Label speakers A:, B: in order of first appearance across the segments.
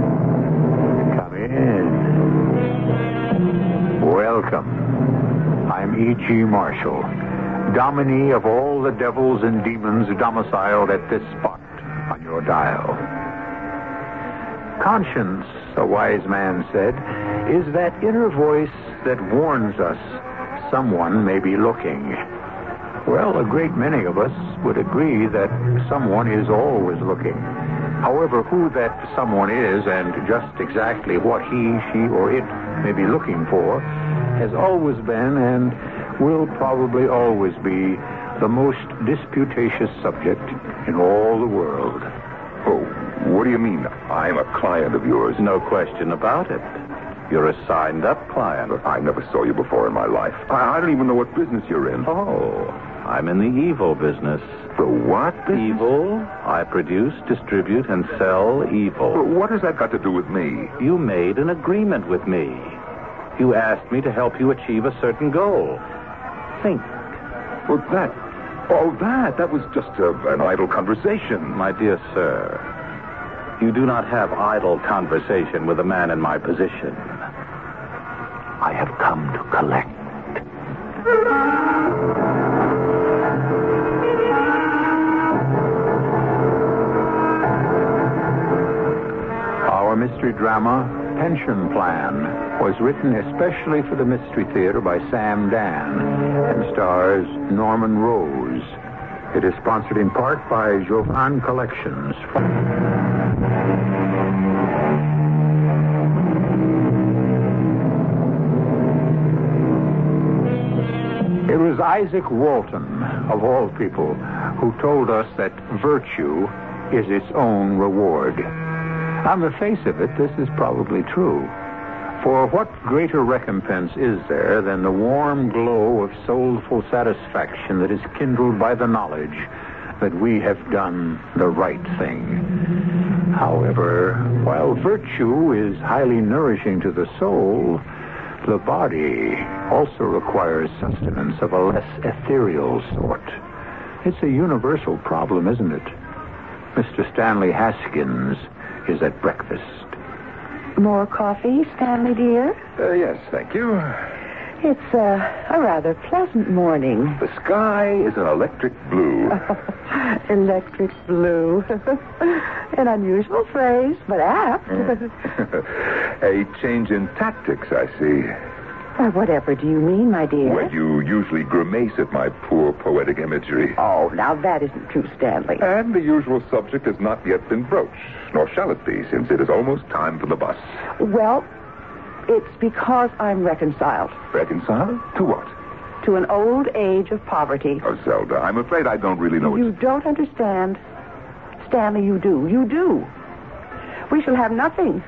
A: Come in. Welcome. I'm E.G. Marshall, dominie of all the devils and demons domiciled at this spot on your dial. Conscience, a wise man said, is that inner voice that warns us someone may be looking. Well, a great many of us would agree that someone is always looking. However, who that someone is and just exactly what he, she, or it may be looking for has always been and will probably always be the most disputatious subject in all the world.
B: Oh, what do you mean? I'm a client of yours. No question about it. You're a signed up client. I never saw you before in my life. I, I don't even know what business you're in.
C: Oh, I'm in the evil business.
B: The what business?
C: Evil? I produce, distribute, and sell
B: But
C: evil.
B: what has that got to do with me?
C: You made an agreement with me. You asked me to help you achieve a certain goal. Think,
B: Well, that. Oh, that. That was just uh, an idle conversation.
C: my dear sir. You do not have idle conversation with a man in my position. I have come to collect.
A: Our mystery drama, Pension Plan, was written especially for the Mystery Theater by Sam Dan and stars Norman Rose. It is sponsored in part by Jovan Collections. It was Isaac Walton, of all people, who told us that virtue is its own reward. On the face of it, this is probably true.
D: For what greater recompense is there than the warm glow of soulful satisfaction that is kindled by the knowledge that we have done the right thing? However, while virtue is highly nourishing to the soul, the body also requires sustenance of a less ethereal sort. It's a universal problem, isn't it? Mr. Stanley Haskins is at breakfast.
E: More coffee, Stanley dear?
A: Uh, yes, thank you.
E: It's uh, a rather pleasant morning.
A: The sky is an electric blue.
E: Electric blue. An unusual phrase, but apt.
D: Mm.
A: A change in tactics, I see.
E: Why, whatever do you mean, my dear?
A: Where you usually grimace at my poor poetic imagery.
E: Oh, now that isn't true, Stanley.
A: And the usual subject has not yet been broached, nor shall it be, since it is almost time for the bus.
E: well, it's because I'm reconciled
A: Reconciled? To what?
E: to an old age of poverty.
A: Oh, Zelda, I'm afraid I don't really know.
E: you
A: It's...
E: don't understand. Stanley, you do. You do. We shall have nothing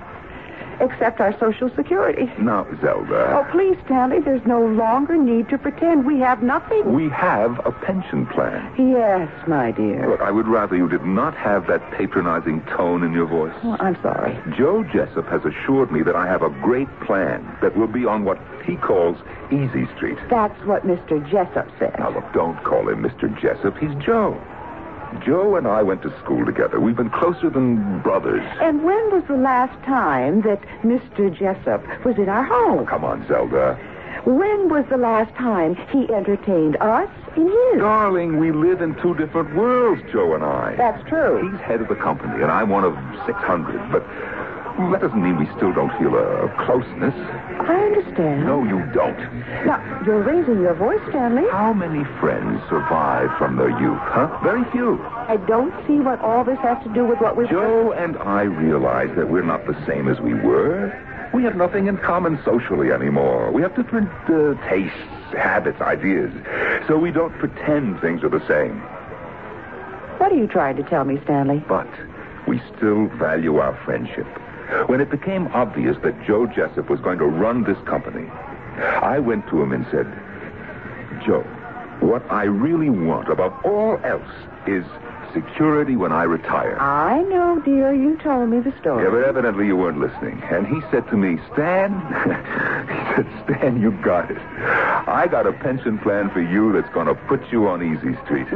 E: except our Social Security.
A: Now,
E: Oh,
A: Zelda,
E: please, Stanley, there's no longer need to pretend we have nothing.
A: we have a pension plan.
E: Yes, my dear.
A: Look, I would rather you did not have that patronizing tone in your voice.
E: Well, Oh, I'm sorry.
A: Joe Jessup has assured me that I have a great plan that will be on what he calls Easy Street.
E: That's what Mr. Jessup said.
A: Now, look, don't call him Mr. Jessup. He's Joe. Joe and I went to school together. We've been closer than brothers.
E: And when was the last time that Mr. Jessup was at our home?
A: Oh, Come on, Zelda.
E: When was the last time he entertained us in his?
A: Darling, we live in two different worlds, Joe and I.
E: That's true.
A: He's head of the company, and I'm one of 600, but that doesn't mean we still don't feel a closeness.
E: I understand.
A: No, you don't.
E: Now, you're raising your voice, Stanley.
A: How many friends survive from their youth, huh? Very few.
E: I don't see what all this has to do with what we've...
A: Joe and I realize that we're not the same as we were. We have nothing in common socially anymore. We have different uh, tastes, habits, ideas. So we don't pretend things are the same.
E: What are you trying to tell me, Stanley?
A: But we still value our friendship. When it became obvious that Joe Jessup was going to run this company, I went to him and said, Joe, what I really want above all else is security when I retire.
E: I know, dear. You told me the story.
A: Yeah, but evidently you weren't listening. And he said to me, Stan, he said, Stan, you got it. I got a pension plan for you that's going to put you on easy street.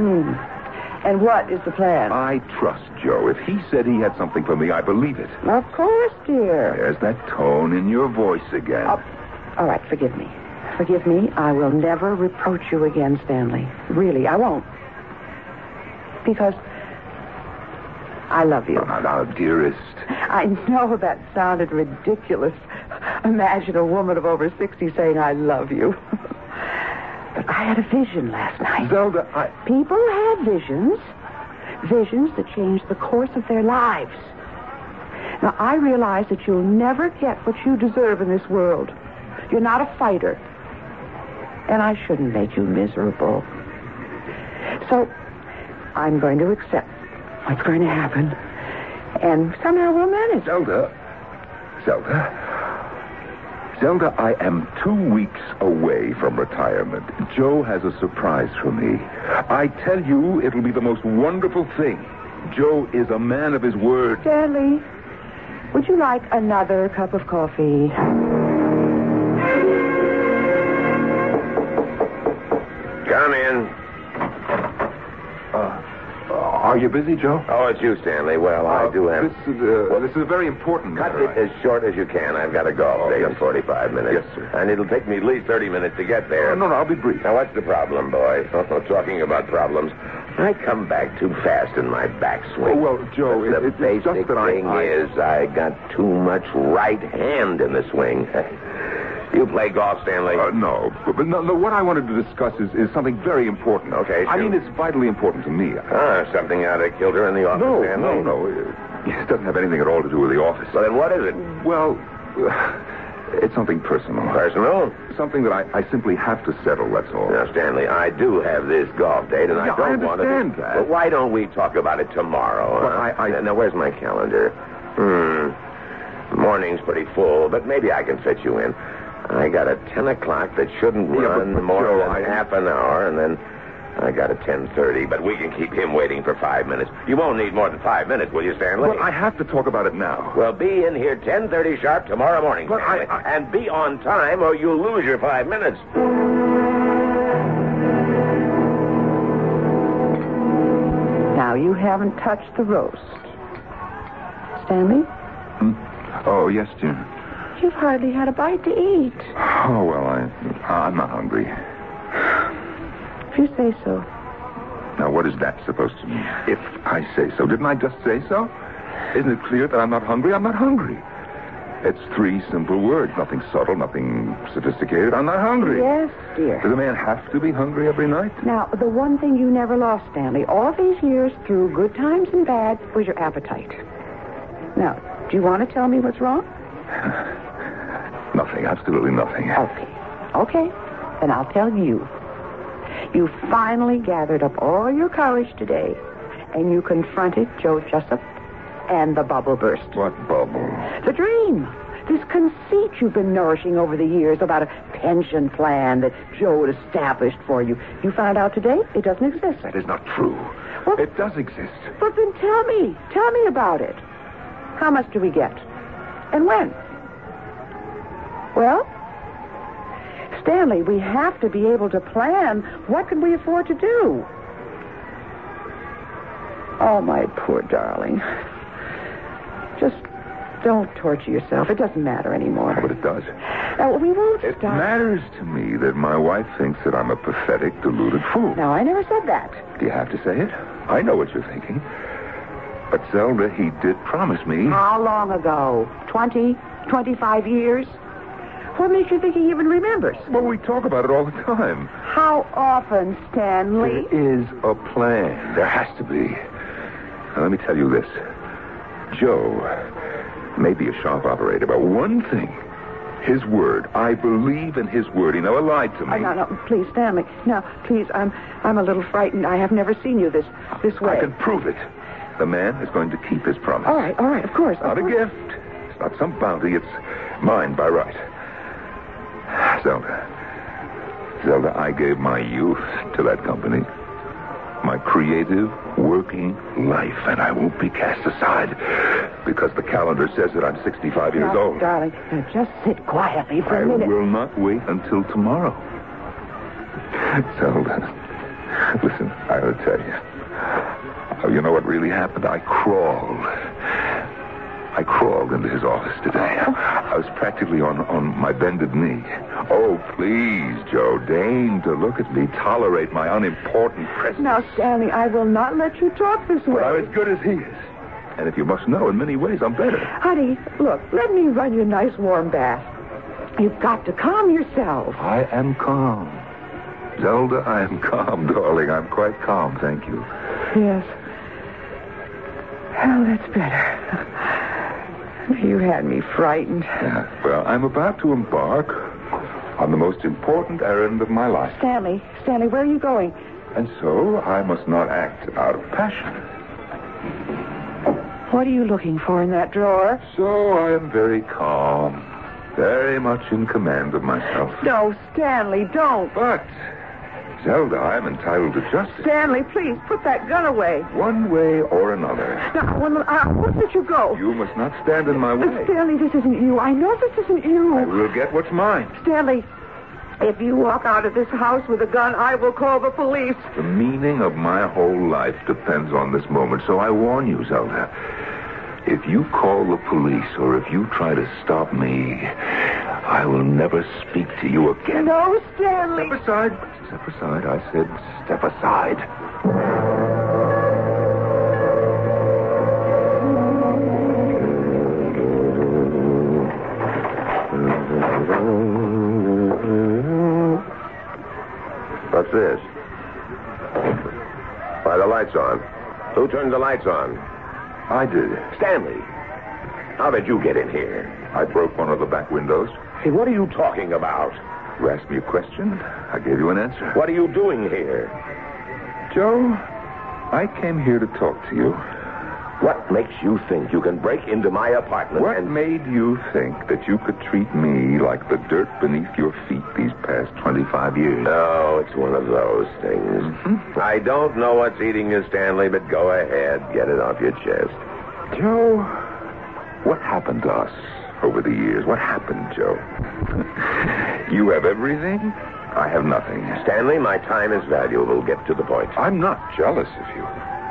E: And what is the plan?
A: I trust Joe. If he said he had something for me, I believe it.
E: Of course, dear.
A: There's that tone in your voice again.
E: Up. All right, forgive me. Forgive me. I will never reproach you again, Stanley. Really, I won't. Because I love you.
A: Now, now, dearest,
E: I know that sounded ridiculous. Imagine a woman of over 60 saying, I love you. but I had a vision last night.
A: Zelda, I.
E: People have visions. Visions that change the course of their lives. Now, I realize that you'll never get what you deserve in this world. You're not a fighter. And I shouldn't make you miserable. So, I'm going to accept what's going to happen. And somehow we'll manage.
A: Zelda. Zelda. Uh, Zelda, I am two weeks away from retirement. Joe has a surprise for me. I tell you, it'll be the most wonderful thing. Joe is a man of his word.
E: Stanley, would you like another cup of coffee?
C: Come in.
A: Uh, Are you busy, Joe?
C: Oh, it's you, Stanley. Well, I do have.
A: This is, uh, this is a very important
C: Cut
A: matter.
C: it as short as you can. I've got a golf
A: Oh,
C: date
A: yes,
C: in
A: sir.
C: 45 minutes.
A: Yes, sir.
C: And it'll take me at least 30 minutes to get there.
A: Oh, no, no, I'll be brief.
C: Now, what's the problem, boy? Oh, Talking about problems. I come back too fast in my backswing.
A: Oh, well, Joe,
C: the
A: it- it's
C: basic
A: just that I-
C: thing
A: I-
C: is I got too much right hand in the swing. you play golf, Stanley?
A: Uh, no, but, but no, no, what I wanted to discuss is, is something very important.
C: Okay,
A: I
C: shoot.
A: mean, it's vitally important to me.
C: Ah, something out of kilter in the office,
A: No,
C: Stanley?
A: no, no. It, it doesn't have anything at all to do with the office.
C: Well, then what is it?
A: Well, it's something personal.
C: Personal?
A: Something that I, I simply have to settle, that's all.
C: Now, Stanley, I do have this golf date, and
A: Yeah,
C: I don't
A: I
C: want to.
A: understand that.
C: But why don't we talk about it tomorrow?
A: But
C: huh?
A: I- I-
C: Now, where's my calendar? Hmm.
F: morning's pretty full, but maybe I can fit you in. I got a 10 o'clock that shouldn't
A: Yeah, but-
F: run
A: but
F: more
A: Joe,
F: than
A: I-
F: half an hour, and then I got a 10.30, but we can keep him waiting for five minutes. You won't need more than five minutes, will you, Stanley?
A: Well, I have to talk about it now.
F: Well, be in here 10.30 sharp tomorrow morning,
A: But I-
F: Stanley. And be on time or you'll lose your five minutes.
E: Now, you haven't touched the roast. Stanley,
A: Oh, yes, Jim.
E: you've hardly had a bite to eat.
A: Oh, well, I, I'm not hungry.
E: If you say so.
A: Now, what is that supposed to mean? If I say so. Didn't I just say so? Isn't it clear that I'm not hungry? I'm not hungry. It's three simple words. Nothing subtle, nothing sophisticated. I'm not hungry.
E: Yes, dear.
A: Does a man have to be hungry every night?
E: Now, the one thing you never lost, Stanley, all these years through good times and bad, was your appetite. Now, do you want to tell me what's wrong?
A: Nothing, absolutely nothing.
E: Okay. Okay. Then I'll tell you. You finally gathered up all your courage today, and you confronted Joe Jessup and the bubble burst.
A: What bubble?
E: The dream. This conceit you've been nourishing over the years about a pension plan that Joe had established for you. You found out today it doesn't exist.
A: That is not true.
E: Well-
A: It does exist.
E: But then tell me. Tell me about it. How much do we get? And when? Well, Stanley, we have to be able to plan. What can we afford to do? Oh, my poor darling. Just don't torture yourself. It doesn't matter anymore.
A: But it does.
E: Uh, we won't
A: It
E: stop.
A: matters to me that my wife thinks that I'm a pathetic, deluded fool.
E: No, I never said that.
A: Do you have to say it? I know what you're thinking. But Zelda, he did promise me.
E: How long ago? Twenty, twenty-five years? What makes you think he even remembers?
A: Well, we talk about it all the time.
E: How often,
A: There
E: Stanley?
A: is a plan. There has to be. Now, let me tell you this. Joe may be a sharp operator, but one thing, his word. I believe in his word. He never lied to me.
E: Oh, no, no, please, Stanley. No, please, I'm, I'm a little frightened. I have never seen you this, this way.
A: I can prove it. The man is going to keep his promise.
E: All right, all right, of course.
A: Not
E: of
A: a
E: course.
A: gift. It's not some bounty. It's mine by right. Zelda. Zelda, I gave my youth to that company. My creative, working life, and I won't be cast aside because the calendar says that I'm 65 years
E: Now,
A: old.
E: darling, now just sit quietly for
A: I
E: a minute.
A: will not wait until tomorrow. Zelda, listen, I'll tell you. Oh, you know what really happened? I crawled. I crawled into his office today. I was practically on, on my bended knee. Oh, please, Joe, deign to look at me, tolerate my unimportant presence.
E: Now, Stanley, I will not let you talk this way.
A: But I'm as good as he is. And if you must know, in many ways, I'm better.
E: Honey, look, let me run you a nice warm bath. You've got to calm yourself.
A: I am calm. Zelda, I am calm, darling. I'm quite calm, thank you.
E: Yes. Well, that's better. You had me frightened.
A: Yeah, well, I'm about to embark on the most important errand of my life.
E: Stanley, Stanley, where are you going?
A: And so I must not act out of passion.
E: What are you looking for in that drawer?
A: So I am very calm, very much in command of myself.
E: No, Stanley, don't.
A: But, Zelda, I am entitled to justice.
E: Stanley, please, put that gun away.
A: One way or another.
E: Now, well, uh, what did you go?
A: You must not stand in my
E: Uh,
A: way.
E: Stanley, this isn't you. I know this isn't you.
A: I will get what's mine.
E: Stanley, if you walk out of this house with a gun, I will call the police.
A: The meaning of my whole life depends on this moment, so I warn you, Zelda. If you call the police or if you try to stop me, I will never speak to you again.
E: No, Stanley.
A: Step aside. Step aside. I said, step aside.
F: What's this? Why, the light's on. Who turned the lights on?
A: I did.
F: Stanley. How did you get in here?
A: I broke one of the back windows.
F: Hey, what are you talking about?
A: You asked me a question. I gave you an answer.
F: What are you doing here?
A: Joe, I came here to talk to you. What makes you think you can break into my apartment
G: What
A: and...
G: made you think that you could treat me like the dirt beneath your feet these past 25 years? Mm-hmm.
A: No, it's one of those things. I don't know what's eating you, Stanley, but go ahead. Get it off your chest.
G: Joe, what happened to us over the years? What happened, Joe? you have everything. I have nothing.
A: Stanley, my time is valuable. Get to the point.
G: I'm not jealous of you,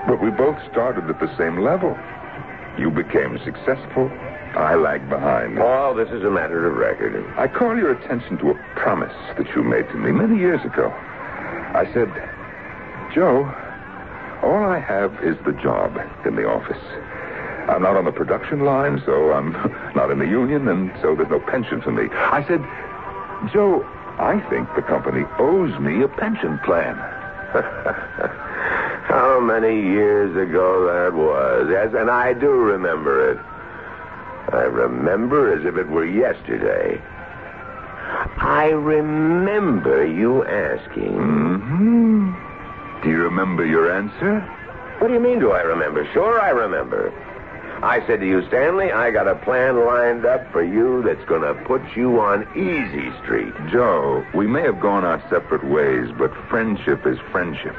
G: but we both started at the same level. You became successful. I lagged behind.
A: Paul, this is a matter of record.
G: I call your attention to a promise that you made to me many years ago. I said, Joe, all I have is the job in the office. I'm not on the production line, so I'm not in the union, and so there's no pension for me. I said, Joe, I think the company owes me a pension plan.
A: How many years ago that was. Yes, and I do remember it. I remember as if it were yesterday. I remember you asking.
G: hmm Do you remember your answer?
A: What do you mean, do I remember? Sure, I remember. I said to you, Stanley, I got a plan lined up for you that's going to put you on easy street.
G: Joe, we may have gone our separate ways, but friendship is friendship.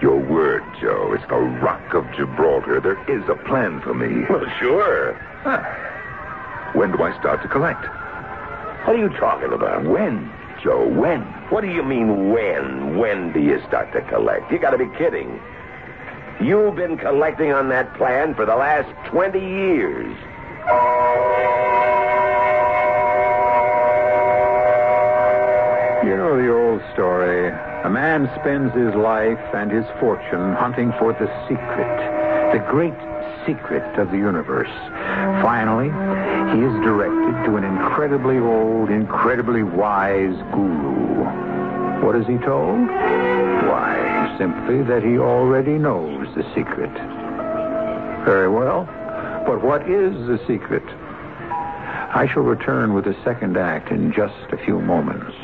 G: Your word, Joe, is the rock of Gibraltar. There is a plan for me. Ah.
A: Well, sure.
G: When do I start to collect?
A: What are you talking about?
G: When, Joe? When?
A: What do you mean, when? When do you start to collect? You gotta be kidding. You've been collecting on that plan for the last 20 years.
H: You know the old story. A man spends his life and his fortune hunting for the secret, the great secret of the universe. Finally, he is directed to an incredibly old, incredibly wise guru. What is he told? Why, simply that he already knows the secret. Very well. But what is the secret? I shall return with the second act in just a few moments.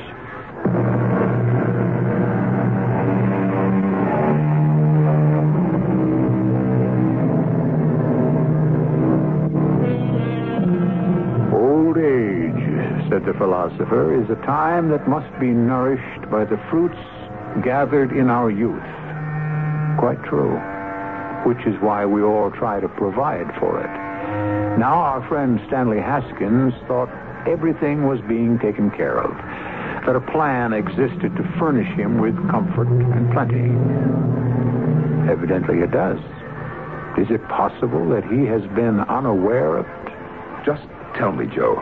H: Old age, said the philosopher, is a time that must be nourished by the fruits gathered in our youth. Quite true. Which is why we all try to provide for it. Now, our friend Stanley Haskins thought everything was being taken care of, that a plan existed to furnish him with comfort and plenty. Evidently, it does. Is it possible that he has been unaware of it?
G: Just tell me, Joe,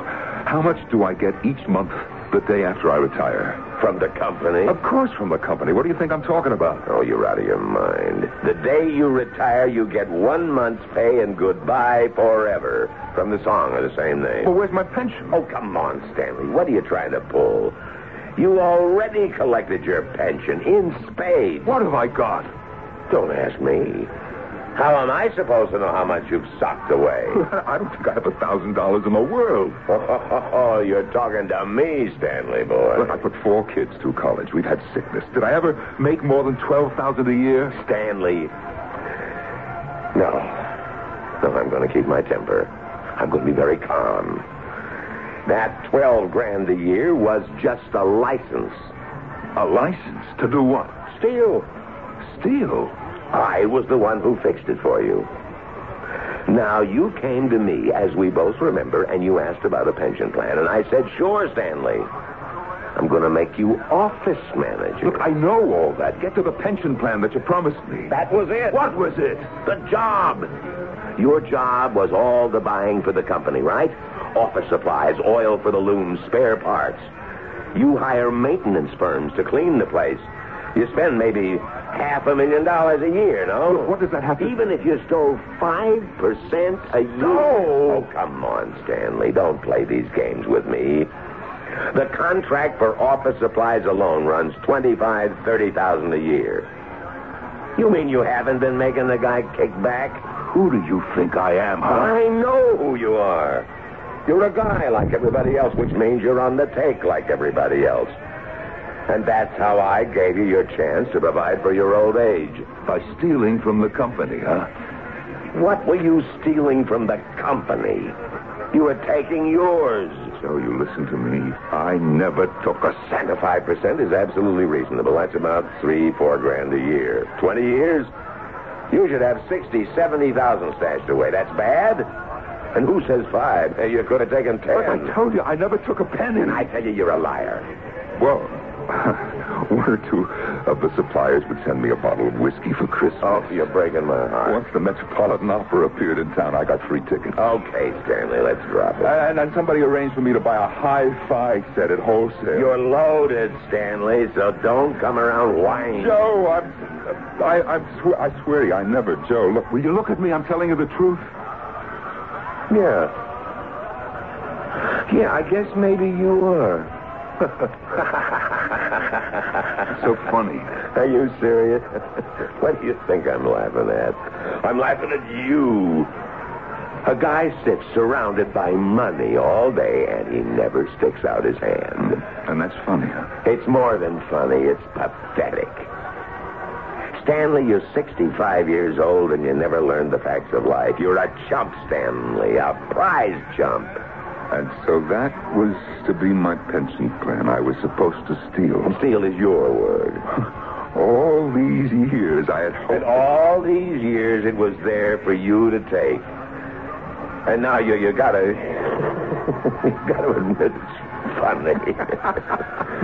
G: how much do I get each month the day after I retire?
A: From the company?
G: Of course, from the company. What do you think I'm talking about?
A: Oh, you're out of your mind. The day you retire, you get one month's pay and goodbye forever from the song of the same name.
G: Well, where's my pension?
A: Oh, come on, Stanley. What are you trying to pull? You already collected your pension in spades.
G: What have I got?
A: Don't ask me. How am I supposed to know how much you've socked away?
G: I don't think I have a thousand dollars in the world.
A: Oh, you're talking to me, Stanley boy.
G: Look, I put four kids through college. We've had sickness. Did I ever make more than twelve thousand a year?
A: Stanley. No. No, I'm going to keep my temper. I'm going to be very calm. That 12 grand a year was just a license.
G: A license to do what?
A: Steal.
G: Steal.
A: I was the one who fixed it for you. Now, you came to me, as we both remember, and you asked about a pension plan, and I said, sure, Stanley. I'm going to make you office manager.
G: Look, I know all that. Get to the pension plan that you promised me.
A: That was it.
G: What was it?
A: The job. Your job was all the buying for the company, right? Office supplies, oil for the looms, spare parts. You hire maintenance firms to clean the place. You spend maybe half a million dollars a year, no?
G: Look, what does that have to-
A: Even if you stole 5% a year.
G: No.
A: Oh, come on, Stanley. Don't play these games with me. The contract for office supplies alone runs twenty-five, thirty thousand a year. You mean you haven't been making the guy kick back?
G: Who do you think I am, huh?
A: I know who you are. You're a guy like everybody else, which means you're on the take like everybody else. And that's how I gave you your chance to provide for your old age.
G: By stealing from the company, huh?
A: What were you stealing from the company? You were taking yours.
I: So you listen to me. I never took a cent.
A: And the 5% is absolutely reasonable. That's about three, four grand a year. 20 years? You should have 60, 70,000 stashed away. That's bad? And who says five? Hey, you could have taken ten.
I: But I told you I never took a penny.
A: And I tell you, you're a liar.
I: Well, one or two of the suppliers would send me a bottle of whiskey for Christmas.
A: Oh, you're breaking my heart.
I: Once the Metropolitan Opera appeared in town, I got free tickets.
A: Okay, Stanley, let's drop it.
I: And then somebody arranged for me to buy a hi-fi set at wholesale.
A: You're loaded, Stanley, so don't come around whining.
I: Joe, Oh, I'm, I, I'm swe- I swear to you, I never, Joe. Look, will you look at me? I'm telling you the truth.
A: Yeah. Yeah, I guess maybe you are.
I: It's so funny.
A: Are you serious? what do you think I'm laughing at? I'm laughing at you. A guy sits surrounded by money all day and he never sticks out his hand.
I: And that's funny, huh?
A: It's more than funny, it's pathetic. Stanley, you're 65 years old and you never learned the facts of life. You're a chump, Stanley, a prize chump.
I: And so that was to be my pension plan. I was supposed to steal.
A: Steele is your word.
I: All these years I had hoped.
A: And all these years it was there for you to take. And now you you gotta you gotta admit it's funny.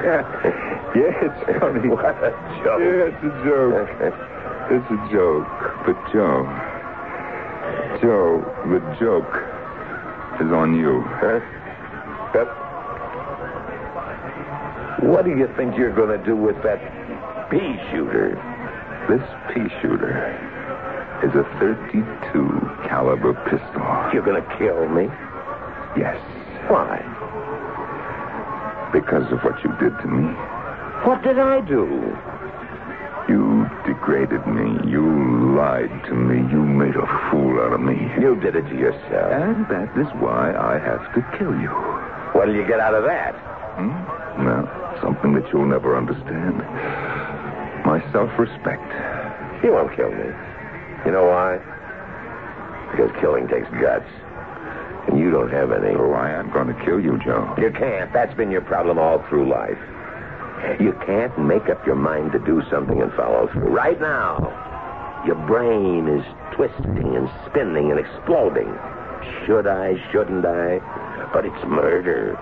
I: Yeah, it's funny.
A: what a joke.
I: Yeah, it's a joke. It's a joke. But Joe, Joe, the joke is on you.
A: Huh? Yep. What do you think you're going to do with that pea shooter?
I: This pea shooter is a 32 caliber pistol.
A: You're going to kill me?
I: Yes,
A: Why?
I: because of what you did to me.
A: What did I do?
I: You degraded me. You lied to me. You made a fool out of me.
A: You did it to yourself.
I: And that is why I have to kill you.
A: What'll you get out of that?
I: Hmm? Now, something that you'll never understand. My self-respect.
A: You won't kill me. You know why? Because killing takes guts. And you don't have any.
I: Oh, I am going to kill you, Joe.
A: You can't. That's been your problem all through life. You can't make up your mind to do something and follow through. Right now, your brain is twisting and spinning and exploding. Should I? Shouldn't I? But it's murder.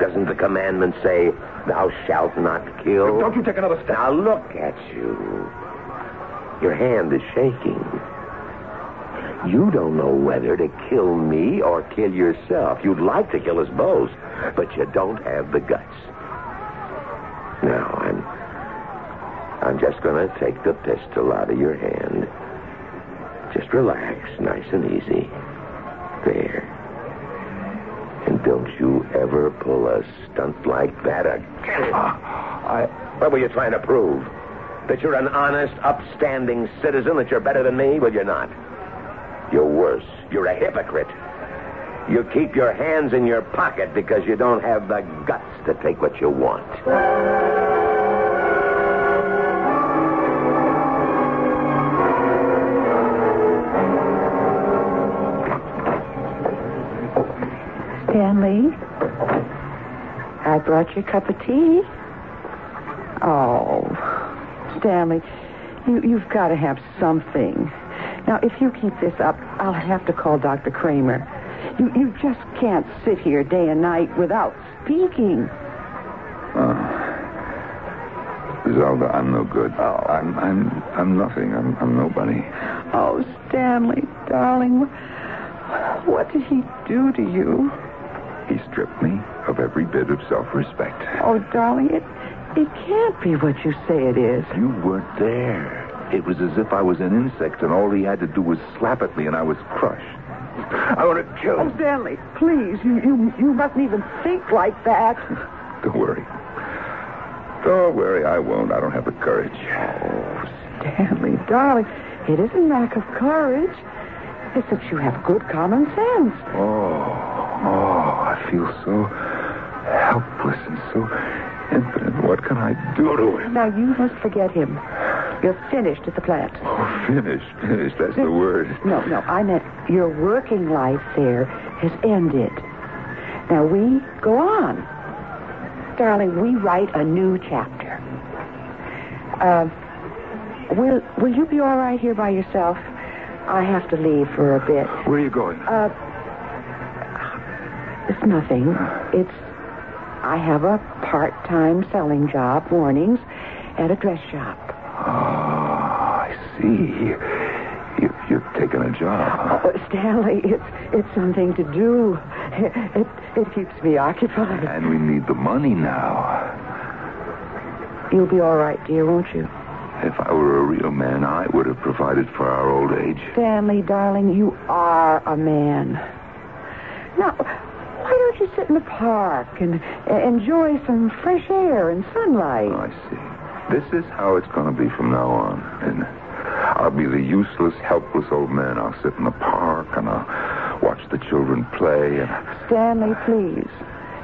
A: Doesn't the commandment say, thou shalt not kill?
I: Don't you take another step.
A: Now look at you. Your hand is shaking. You don't know whether to kill me or kill yourself. You'd like to kill us both, but you don't have the guts. Now, I'm. I'm just going to take the pistol out of your hand. Just relax, nice and easy. There. And don't you ever pull a stunt like that again. I. What were you trying to prove? That you're an honest, upstanding citizen, that you're better than me? Well, you're not. You're worse. You're a hypocrite. You keep your hands in your pocket because you don't have the guts to take what you want.
E: Stanley, I brought you a cup of tea. Oh, Stanley, you, you've got to have something. Now, if you keep this up, I'll have to call Dr. Kramer. You, you just can't sit here day and night without speaking.
I: Zelda, Oh. I'm no good. I'm, I'm, I'm nothing. I'm, I'm nobody.
E: Oh, Stanley, darling, what did he do to you?
I: He stripped me of every bit of self-respect.
E: Oh, darling, it, it can't be what you say it is.
I: You weren't there. It was as if I was an insect, and all he had to do was slap at me, and I was crushed. I want to kill
E: Oh, Stanley, please, you, you, you mustn't even think like that.
I: Don't worry. Don't worry, I won't. I don't have the courage.
E: Oh, Stanley, darling, it isn't lack of courage. It's that you have good common sense.
I: Oh, oh, I feel so helpless and so impotent. What can I do to him?
E: Now, you must forget him.
J: You're finished at the plant.
I: Oh,
E: Finished, finished, that's the word.
J: No, no, I meant your working life there has ended. Now we go on. Darling, we write a new chapter. Uh, will, will you be all right here by yourself? I have to leave for a bit.
E: Where are you going?
J: Uh, it's nothing. It's, I have a part-time selling job, mornings, at a dress shop.
E: Ah, See, you, you've taken a job.
J: Oh, Stanley, it's it's something to do. It, it keeps me occupied.
E: And we need the money now.
J: You'll be all right, dear, won't you?
E: If I were a real man, I would have provided for our old age.
J: Stanley, darling, you are a man. Now, why don't you sit in the park and uh, enjoy some fresh air and sunlight?
E: I see. This is how it's going to be from now on. And I'll be the useless, helpless old man. I'll sit in the park and I'll watch the children play. And
J: Stanley, please.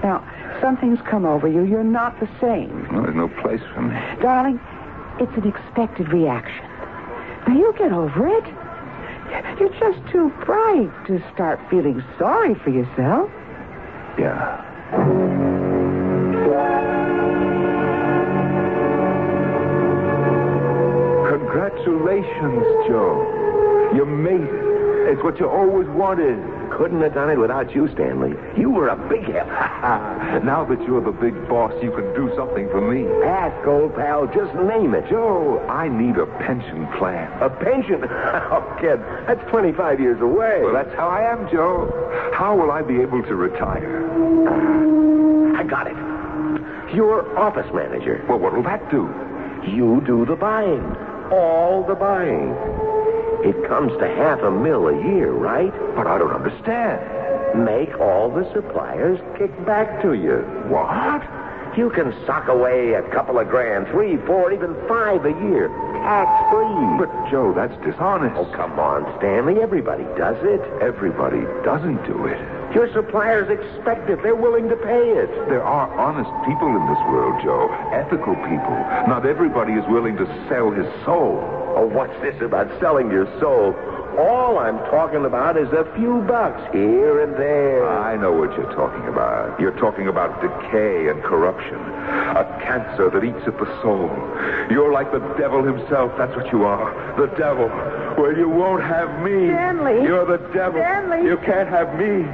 J: Now, something's come over you. You're not the same.
E: well, there's no place for me.
J: Darling, it's an expected reaction. Now, you get over it. You're just too bright to start feeling sorry for yourself.
E: Yeah. Congratulations, Joe. You made it. It's what you always wanted.
A: Couldn't have done it without you, Stanley. You were a big help.
E: Ah, now that you're the big boss, you can do something for me.
A: Ask, old pal. Just name it.
E: Joe, I need a pension plan.
A: A pension? Oh, kid, that's 25 years away.
E: Well, that's how I am, Joe. How will I be able to retire?
A: I got it. You're office manager.
E: Well, what'll that do?
A: You do the buying. All the buying. It comes to half a mil a year, right?
E: But I don't understand.
A: Make all the suppliers kick back to you.
E: What?
A: You can sock away a couple of grand, three, four, even five a year. Tax free.
E: But, Joe, that's dishonest.
A: Oh, come on, Stanley. Everybody does it.
E: Everybody doesn't do it.
A: Your suppliers expect it. They're willing to pay it.
E: There are honest people in this world, Joe. Ethical people. Not everybody is willing to sell his soul.
A: Oh, what's this about selling your soul? All I'm talking about is a few bucks here and there.
E: I know what you're talking about. You're talking about decay and corruption. A cancer that eats at the soul. You're like the devil himself. That's what you are. The devil. Well, you won't have me.
J: Stanley.
E: You're the devil.
J: Stanley.
E: You can't have me.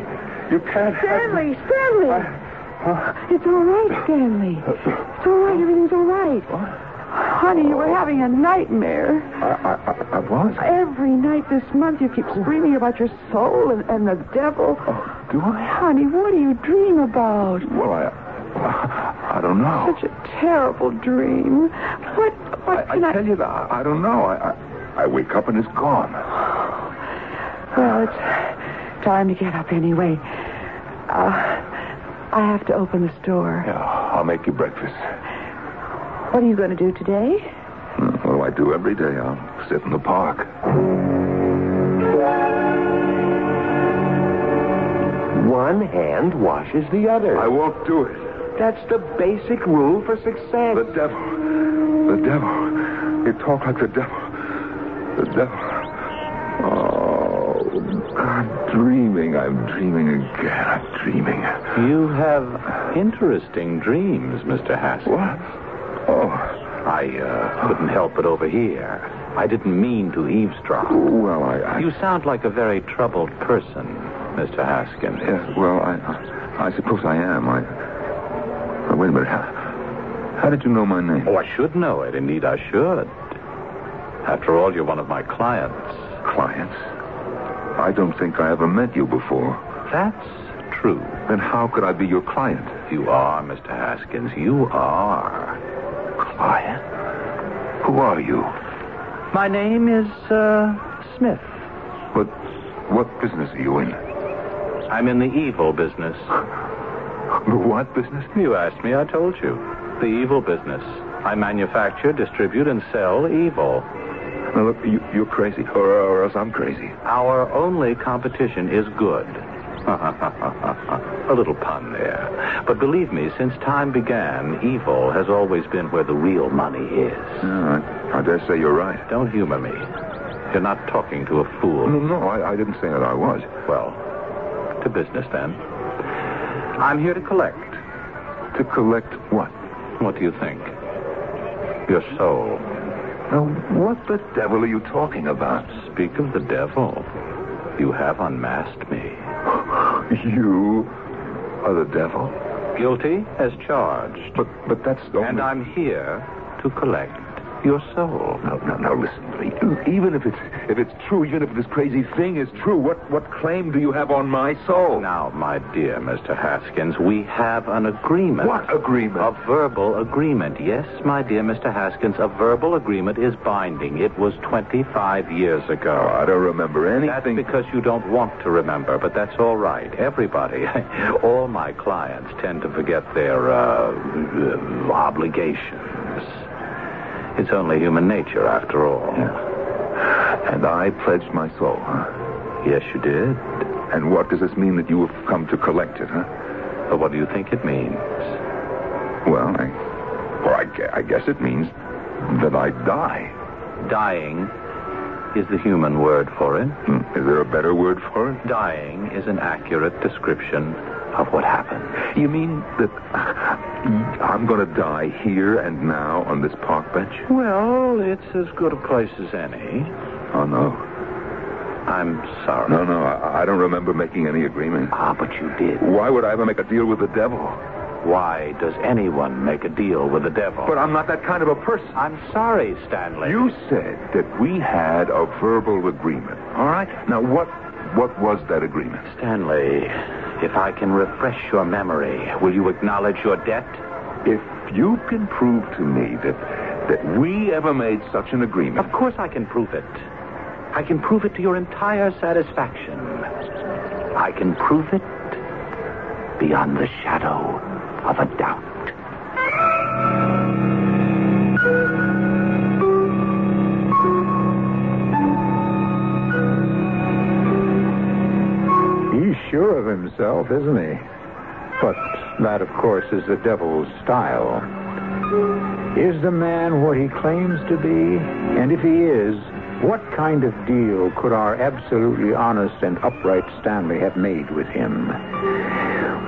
E: You can't have me.
J: Stanley, Stanley! It's all right, Stanley. It's all right. Everything's all right. Honey, you were having a nightmare.
E: I, I, I, I was. Oh.
J: Every night this month you keep screaming about your soul and, and the devil.
E: Do I?
J: Honey, what do you dream about?
E: Well, I. I don't know.
J: Such a terrible dream. What, what
E: I,
J: can
E: I
J: I...
E: tell you, that I, I don't know. I, I, I wake up and it's gone.
J: Well, it's time to get up anyway. Uh, I have to open the store.
E: Yeah, I'll make you breakfast.
J: What are you going to do today?
E: Hmm, What do I do every day? I'll sit in the park.
A: One hand washes the other.
E: I won't do it.
A: That's the basic rule for success.
E: The devil. The devil. You talk like the devil. The devil. Oh, I'm dreaming. I'm dreaming again. I'm dreaming.
K: You have interesting dreams, Mr. Haskell.
E: What? Oh.
K: I uh, couldn't help but overhear. I didn't mean to eavesdrop.
E: Well, I. I
K: You sound like a very troubled person, Mr. Haskins.
E: Yeah, well, I, I. I suppose I am. I. oh, wait a minute. How, how did you know my name?
K: Oh, I should know it. Indeed, I should. After all, you're one of my clients.
E: Clients. I don't think I ever met you before.
K: That's true.
E: Then how could I be your client?
K: You are, Mr. Haskins. You are. Client?
E: Who are you?
K: My name is, uh, Smith.
E: What. What business are you in?
K: I'm in the evil business.
E: The what business?
K: You asked me, I told you. The evil business. I manufacture, distribute, and sell evil.
E: Now, look, you, you're crazy, or, or else I'm crazy.
K: Our only competition is good. A little pun there. But believe me, since time began, evil has always been where the real money is.
E: Yeah, I, I dare say you're right.
A: Don't humor me. You're not talking to a fool.
E: No, no, I, I didn't say that I was.
A: Well, to business then. I'm here to collect.
E: To collect what?
A: What do you think? Your soul.
E: Now, what the devil are you talking about?
A: Speak of the devil. You have unmasked me.
E: You are Oh, the devil.
A: Guilty as charged.
E: But but that's only...
A: And I'm here to collect your soul.
E: No, no, no, listen to me. Even if it's if it's true, even if this crazy thing is true, what what claim do you have on my soul?
A: Now, my dear Mr. Haskins, we have an agreement.
E: What agreement?
A: A verbal agreement. Yes, my dear Mr. Haskins, a verbal agreement is binding. It was 25 years ago.
E: Oh, I don't remember anything.
A: That's because you don't want to remember, but that's all right. Everybody, all my clients tend to forget their uh, uh, obligations. It's only human nature, after all.
E: Yeah. And I pledged my soul, huh?
A: Yes, you did.
E: And what does this mean that you have come to collect it, huh?
A: Well, what do you think it means?
E: Well, I, well, I, I guess it means that I die.
A: Dying is the human word for it.
E: Hmm. Is there a better word for it?
A: Dying is an accurate description of what happened.
E: You mean that I'm going to die here and now on this park bench?
A: Well, it's as good a place as any.
E: Oh, no.
A: I'm sorry.
E: No, no, I, I don't remember making any agreement.
A: Ah, but you did.
E: Why would I ever make a deal with the devil?
A: Why does anyone make a deal with the devil?
E: But I'm not that kind of a person.
A: I'm sorry, Stanley.
E: You said that we had a verbal agreement. All right. Now, what what was that agreement?
A: Stanley, if I can refresh your memory, will you acknowledge your debt?
E: If you can prove to me that that we ever made such an agreement.
A: Of course I can prove it. I can prove it to your entire satisfaction. I can prove it beyond the shadow of a doubt.
L: He's sure of himself, isn't he? But that, of course, is the devil's style. Is the man what he claims to be? And if he is, what kind of deal could our absolutely honest and upright Stanley have made with him?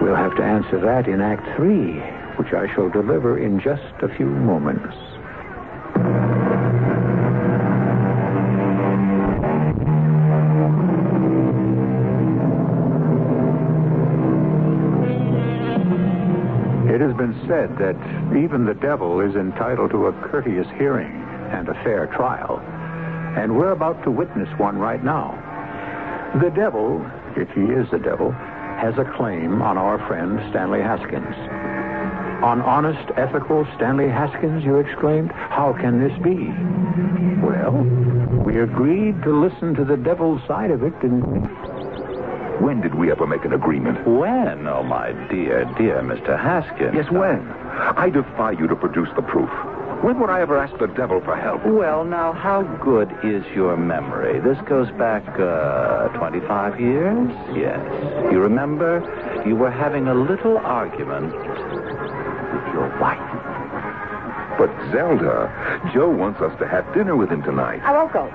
L: We'll have to answer that in Act Three, which I shall deliver in just a few moments. It has been said that even the devil is entitled to a courteous hearing and a fair trial. And we're about to witness one right now. The devil, if he is the devil, has a claim on our friend Stanley Haskins. On honest, ethical Stanley Haskins, you exclaimed? How can this be? Well, we agreed to listen to the devil's side of it, didn't we?
E: When did we ever make an agreement?
A: When? Oh, my dear, dear Mr. Haskins.
E: Yes, when? I defy you to produce the proof. When would I ever ask the devil for help?
A: Well, now, how good is your memory? This goes back, uh, 25 years? Yes. You remember? You were having a little argument with your wife.
E: But Zelda, Joe wants us to have dinner with him tonight.
M: I won't go.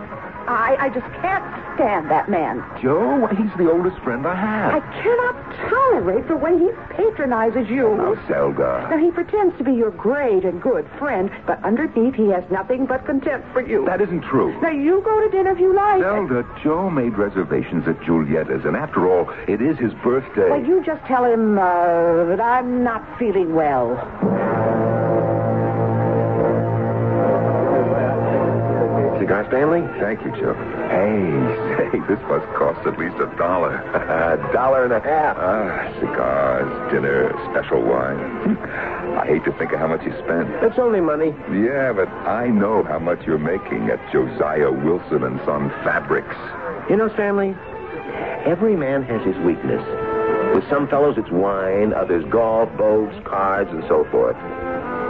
M: I, I just can't stand that man.
E: Joe, he's the oldest friend I have.
M: I cannot tolerate the way he patronizes you.
E: Now,
M: Now,
E: Zelda.
M: he pretends to be your great and good friend, but underneath he has nothing but contempt for you.
E: That isn't true.
M: Now, you go to dinner if you like.
E: Zelda, Joe made reservations at Julietta's, and after all, it is his birthday.
M: Well, you just tell him uh, that I'm not feeling well.
E: Cigar, Stanley? Thank you, Joe. Hey, say, this must cost at least a dollar.
N: A dollar and a half.
E: ah, cigars, dinner, special wine. Hmm. I hate to think of how much you spent.
N: It's only money.
E: Yeah, but I know how much you're making at Josiah Wilson and Son Fabrics.
N: You know, Stanley, every man has his weakness. With some fellows, it's wine, others, golf, boats, cards, and so forth.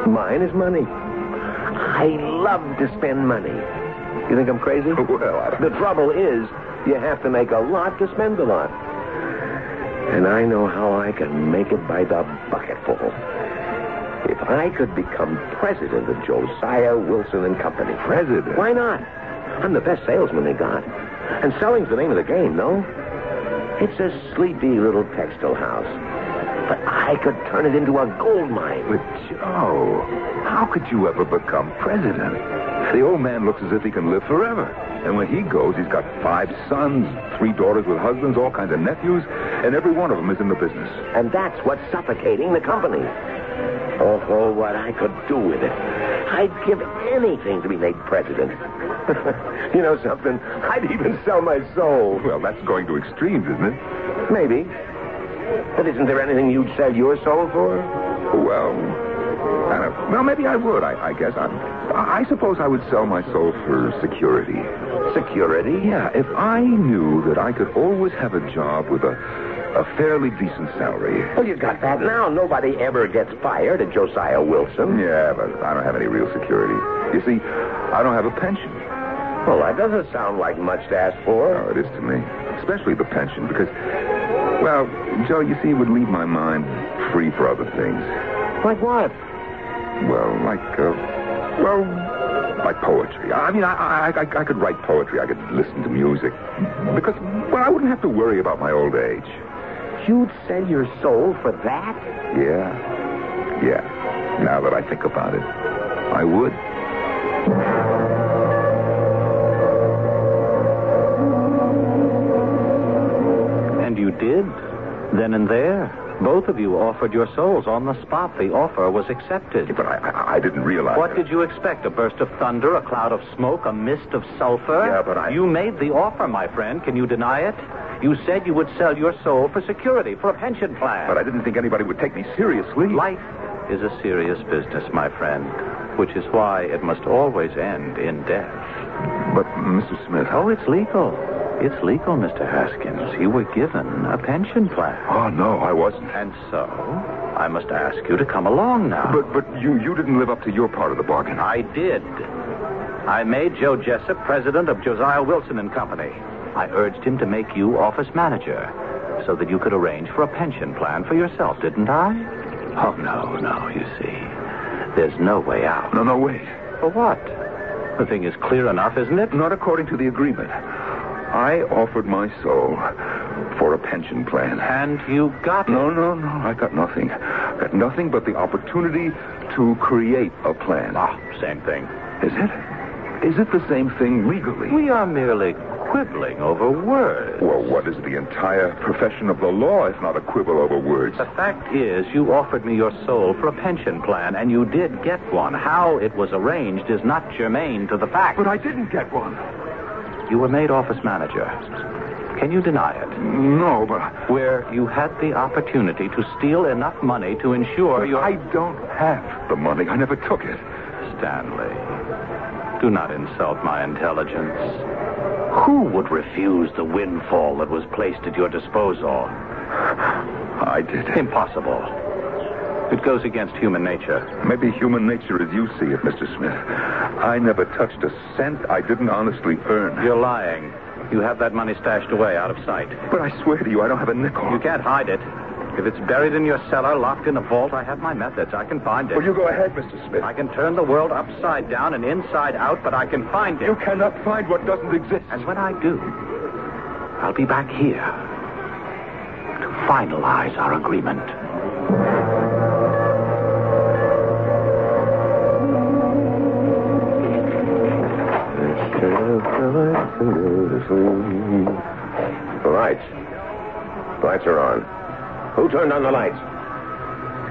N: Mine is money. I love to spend money. You think I'm crazy?
E: Well, I don't-
N: The trouble is, you have to make a lot to spend a lot. And I know how I can make it by the bucketful.
O: If I could become president of Josiah Wilson and Company.
E: President?
O: Why not? I'm the best salesman they got. And selling's the name of the game, no? It's a sleepy little textile house. But I could turn it into a gold mine.
E: But Joe, how could you ever become president? The old man looks as if he can live forever. And when he goes, he's got five sons, three daughters with husbands, all kinds of nephews, and every one of them is in the business.
O: And that's what's suffocating the company. Oh, oh, what I could do with it. I'd give anything to be made president. you know something? I'd even sell my soul.
E: Well, that's going to extremes, isn't it?
O: Maybe. But isn't there anything you'd sell your soul for?
E: Well, I don't, well, maybe I would. I, I guess I'm, I I suppose I would sell my soul for security.
O: Security?
E: Yeah, if I knew that I could always have a job with a, a fairly decent salary.
O: Well, you got that now. Nobody ever gets fired at Josiah Wilson.
E: Yeah, but I don't have any real security. You see, I don't have a pension.
O: Well, that doesn't sound like much to ask for.
E: Oh, it is to me, especially the pension, because, well, Joe, you see, it would leave my mind free for other things.
O: Like what?
E: Well, like, uh, well, like poetry. I mean, I, I, I, I could write poetry. I could listen to music. Because, well, I wouldn't have to worry about my old age.
O: You'd sell your soul for that?
E: Yeah. Yeah. Now that I think about it, I would.
A: And you did. Then and there. Both of you offered your souls on the spot. The offer was accepted.
E: But I, I, I didn't realize.
A: What did you expect? A burst of thunder, a cloud of smoke, a mist of sulfur?
E: Yeah, but I-
A: You made the offer, my friend. Can you deny it? You said you would sell your soul for security, for a pension plan.
E: But I didn't think anybody would take me seriously.
A: Life is a serious business, my friend, which is why it must always end in death.
E: But, Mr. Smith,
A: Oh, it's legal. It's legal, Mr. Haskins. You were given a pension plan.
E: Oh, no, I wasn't.
A: And so, I must ask you to come along now.
E: But, but you, you didn't live up to your part of the bargain.
A: I did. I made Joe Jessup president of Josiah Wilson and Company. I urged him to make you office manager so that you could arrange for a pension plan for yourself, didn't I? Oh, no, no, you see. There's no way out.
E: No, no, wait.
A: For what? The thing is clear enough, isn't it?
E: Not according to the agreement. I offered my soul for a pension plan.
A: And you got it.
E: No, no, no. I got nothing. I got nothing but the opportunity to create a plan.
A: Ah, same thing.
E: Is it? Is it the same thing legally?
A: We are merely quibbling over words.
E: Well, what is the entire profession of the law if not a quibble over words?
A: The fact is, you offered me your soul for a pension plan, and you did get one. How it was arranged is not germane to the fact.
E: But I didn't get one.
A: You were made office manager. Can you deny it?
E: No, but I-
A: Where you had the opportunity to steal enough money to ensure your.
E: I don't have the money. I never took it.
A: Stanley, do not insult my intelligence. Who would refuse the windfall that was placed at your disposal?
E: I did.
A: Impossible. It goes against human nature.
E: Maybe human nature as you see it, Mr. Smith. I never touched a cent I didn't honestly earn.
A: You're lying. You have that money stashed away out of sight.
E: But I swear to you, I don't have a nickel.
A: You can't hide it. If it's buried in your cellar, locked in a vault, I have my methods. I can find it.
E: Well, you go ahead, Mr. Smith.
A: I can turn the world upside down and inside out, but I can find it.
E: You cannot find what doesn't exist.
A: And when I do, I'll be back here to finalize our agreement.
O: The lights. The lights are on. Who turned on the lights?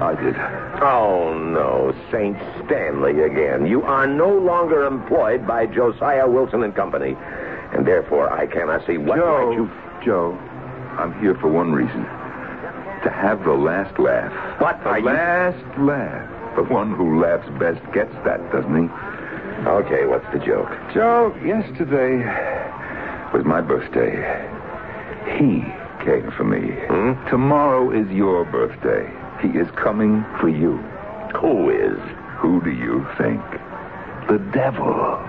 E: I did.
O: Oh, no. St. Stanley again. You are no longer employed by Josiah Wilson and Company. And therefore, I cannot see what right you.
E: Joe, I'm here for one reason. To have the last laugh.
O: What
E: The
O: are you-
E: last laugh. The one who laughs best gets that, doesn't he?
O: Okay, what's the joke?
E: Joe, yesterday was my birthday. He came for me.
O: Hmm?
E: Tomorrow is your birthday. He is coming for you.
O: Who is?
E: Who do you think? The devil.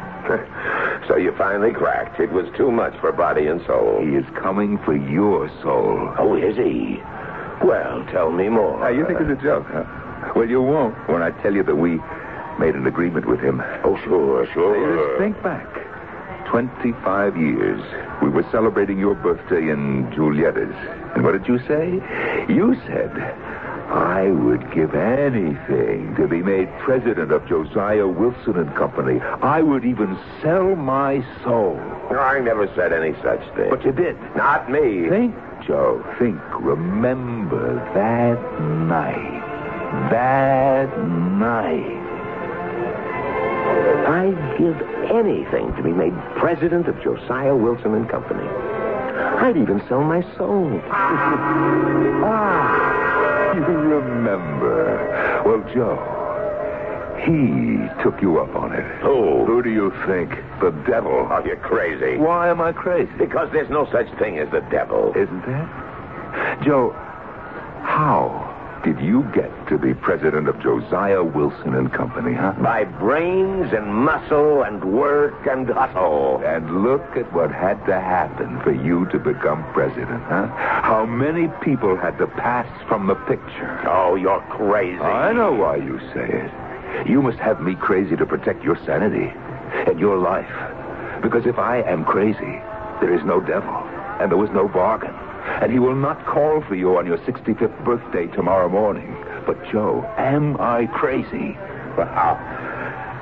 O: so you finally cracked. It was too much for body and soul.
E: He is coming for your soul.
O: Oh, is he? Well, tell me more.
E: Hey, you think it's a joke, huh?
A: Well, you won't when I tell you that we made an agreement with him.
F: Oh, sure,
A: Now,
F: sure.
A: just think back. 25 years. We were celebrating your birthday in Julietta's. And what did you say? You said, I would give anything to be made president of Josiah Wilson and Company. I would even sell my soul.
F: No, I never said any such thing.
A: But you did.
F: Not me.
A: Think, Joe. Think. Remember that night. That night.
F: I'd give anything to be made president of Josiah Wilson and Company. I'd even sell my soul.
A: Ah, you remember. Well, Joe, he took you up on it.
F: Who?
A: Who do you think? The devil.
F: Oh, you're crazy.
A: Why am I crazy?
F: Because there's no such thing as the devil.
A: Isn't there? Joe, how did you get to be president of Josiah Wilson and Company, huh?
F: By brains and muscle and work and hustle.
A: And look at what had to happen for you to become president, huh? How many people had to pass from the picture?
F: Oh, you're crazy.
A: I know why you say it. You must have me crazy to protect your sanity and your life. Because if I am crazy, there is no devil, and there was no bargain. And he will not call for you on your 65th birthday tomorrow morning. But, Joe, am I crazy?
F: Well, how,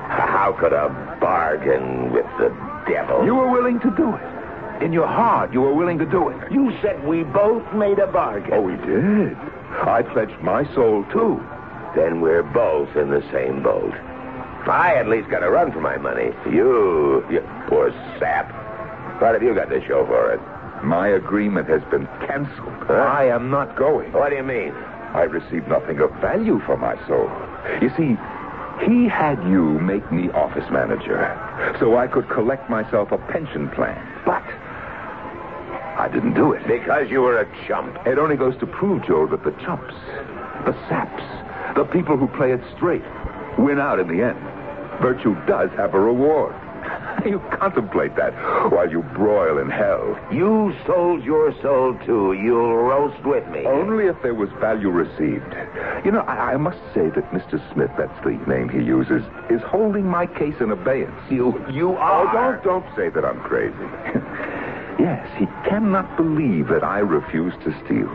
F: how could a bargain with the devil?
A: You were willing to do it. In your heart, you were willing to do it.
F: you said we both made a bargain.
A: Oh, we did. I pledged my soul, too.
F: Then we're both in the same boat. I at least got a run for my money. You, you poor sap. What have you got to show for it?
A: My agreement has been canceled. I am not going.
F: What do you mean?
A: I received nothing of value for my soul. You see, he had you make me office manager so I could collect myself a pension plan. But I didn't do it.
F: Because you were a chump.
A: It only goes to prove, Joe, that the chumps, the saps, the people who play it straight win out in the end. Virtue does have a reward. You contemplate that while you broil in hell.
F: You sold your soul too. You'll roast with me.
A: Only if there was value received. You know, I, I must say that Mr. Smith, that's the name he uses, is holding my case in abeyance. You, you
F: are.
A: Oh, don't, don't say that I'm crazy. yes, he cannot believe that I refuse to steal.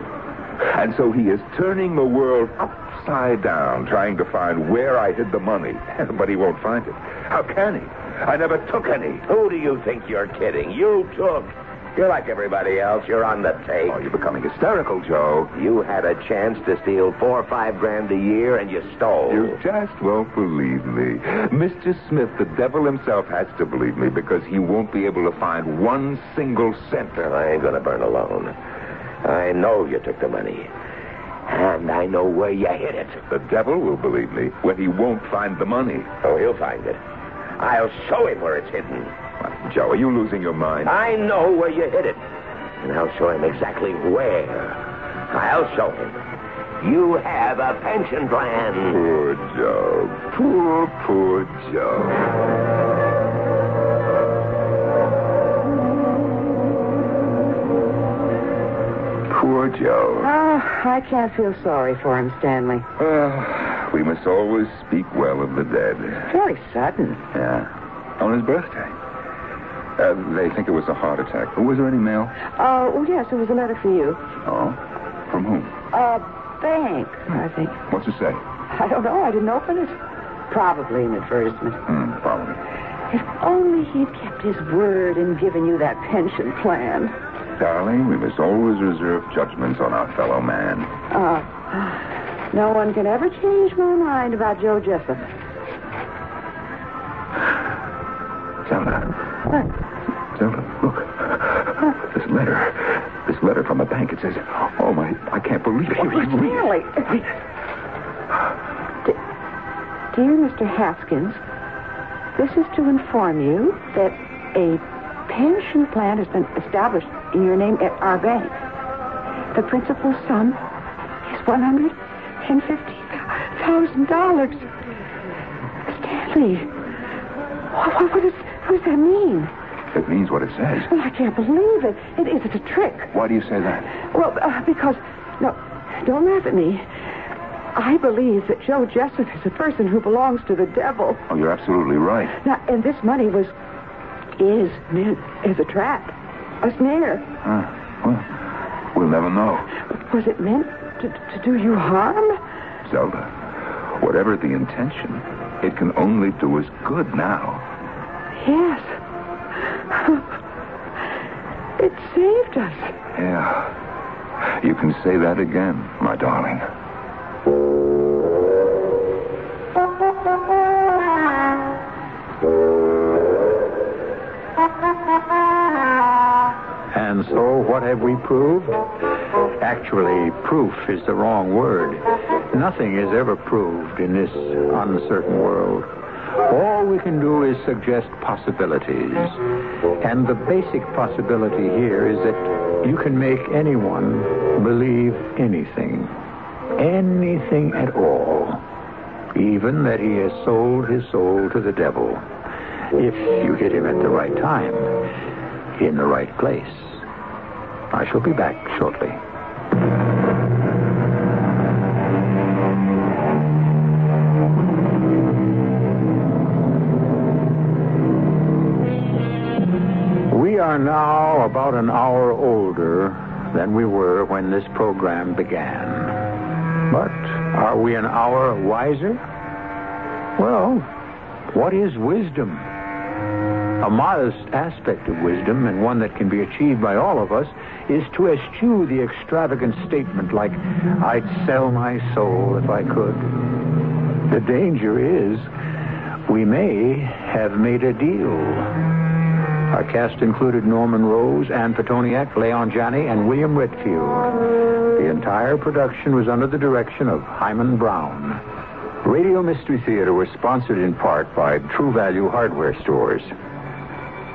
A: And so he is turning the world upside down, trying to find where I hid the money. but he won't find it. How can he? I never took any.
F: Who do you think you're kidding? You took. You're like everybody else. You're on the take.
A: Oh, you're becoming hysterical, Joe.
F: You had a chance to steal four or five grand a year, and you stole.
A: You just won't believe me. Mr. Smith, the devil himself, has to believe me because he won't be able to find one single cent.
F: I ain't gonna burn alone. I know you took the money, and I know where you hid it.
A: The devil will believe me when he won't find the money.
F: Oh, he'll find it. I'll show him where it's hidden.
A: Joe, are you losing your mind?
F: I know where you hid it, and I'll show him exactly where. I'll show him. You have a pension plan.
A: Poor Joe. Poor, poor Joe. Poor Joe.
E: Oh, I can't feel sorry for him, Stanley.
A: Well, we must always speak well of the dead.
E: Very sudden.
A: Yeah. On his birthday. Uh, they think it was a heart attack. Was there any mail?
E: Oh, well, yes, there was a letter for you.
A: Oh. From whom?
E: Uh, bank, I think.
A: What's it say?
E: I don't know. I didn't open it. Probably an advertisement.
A: Hmm, probably.
E: If only he'd kept his word in giving you that pension plan.
A: Darling, we must always reserve judgments on our fellow man.
E: Uh, Ah, no one can ever change my mind about Joe Jessup.
A: Zelda. Zelda, look. This letter. This letter from the bank. It says, oh, my, I can't believe it. Here, you read it.
E: Stanley. D- Dear Mr. Haskins, this is to inform you that a pension plan has been established in your name at our bank. The principal sum is $115,000. Stanley, what, what, what, is, what does that mean?
A: It means what it says.
E: Well, I can't believe it. It is it's a trick.
A: Why do you say that?
E: Well, uh, because no, don't laugh at me. I believe that Joe Jessup is a person who belongs to the devil.
P: Oh, you're absolutely right.
E: Now, and this money was, is meant as a trap, a snare.
P: Uh, well, we'll never know.
E: Was it meant to, to do you harm?
P: Zelda, whatever the intention, it can only do us good now.
E: Yes. It saved us.
P: Yeah. You can say that again, my darling.
A: And so, what have we proved? Actually, proof is the wrong word. Nothing is ever proved in this uncertain world. All we can do is suggest possibilities. And the basic possibility here is that you can make anyone believe anything. Anything at all. Even that he has sold his soul to the devil. If you hit him at the right time in the right place. I shall be back shortly. We are now about an hour older than we were when this program began. But are we an hour wiser? Well, what is wisdom? A modest aspect of wisdom, and one that can be achieved by all of us, is to eschew the extravagant statement like, I'd sell my soul if I could. The danger is we may have made a deal. Our cast included Norman Rose, Anne Petoniak, Leon Janney, and William Whitfield. The entire production was under the direction of Hyman Brown. Radio Mystery Theater was sponsored in part by True Value Hardware Stores.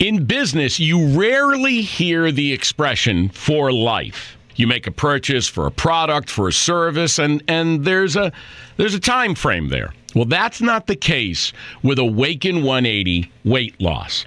Q: In business, you rarely hear the expression for life. You make a purchase for a product, for a service, and, and there's a there's a time frame there. Well, that's not the case with Awaken 180 weight loss.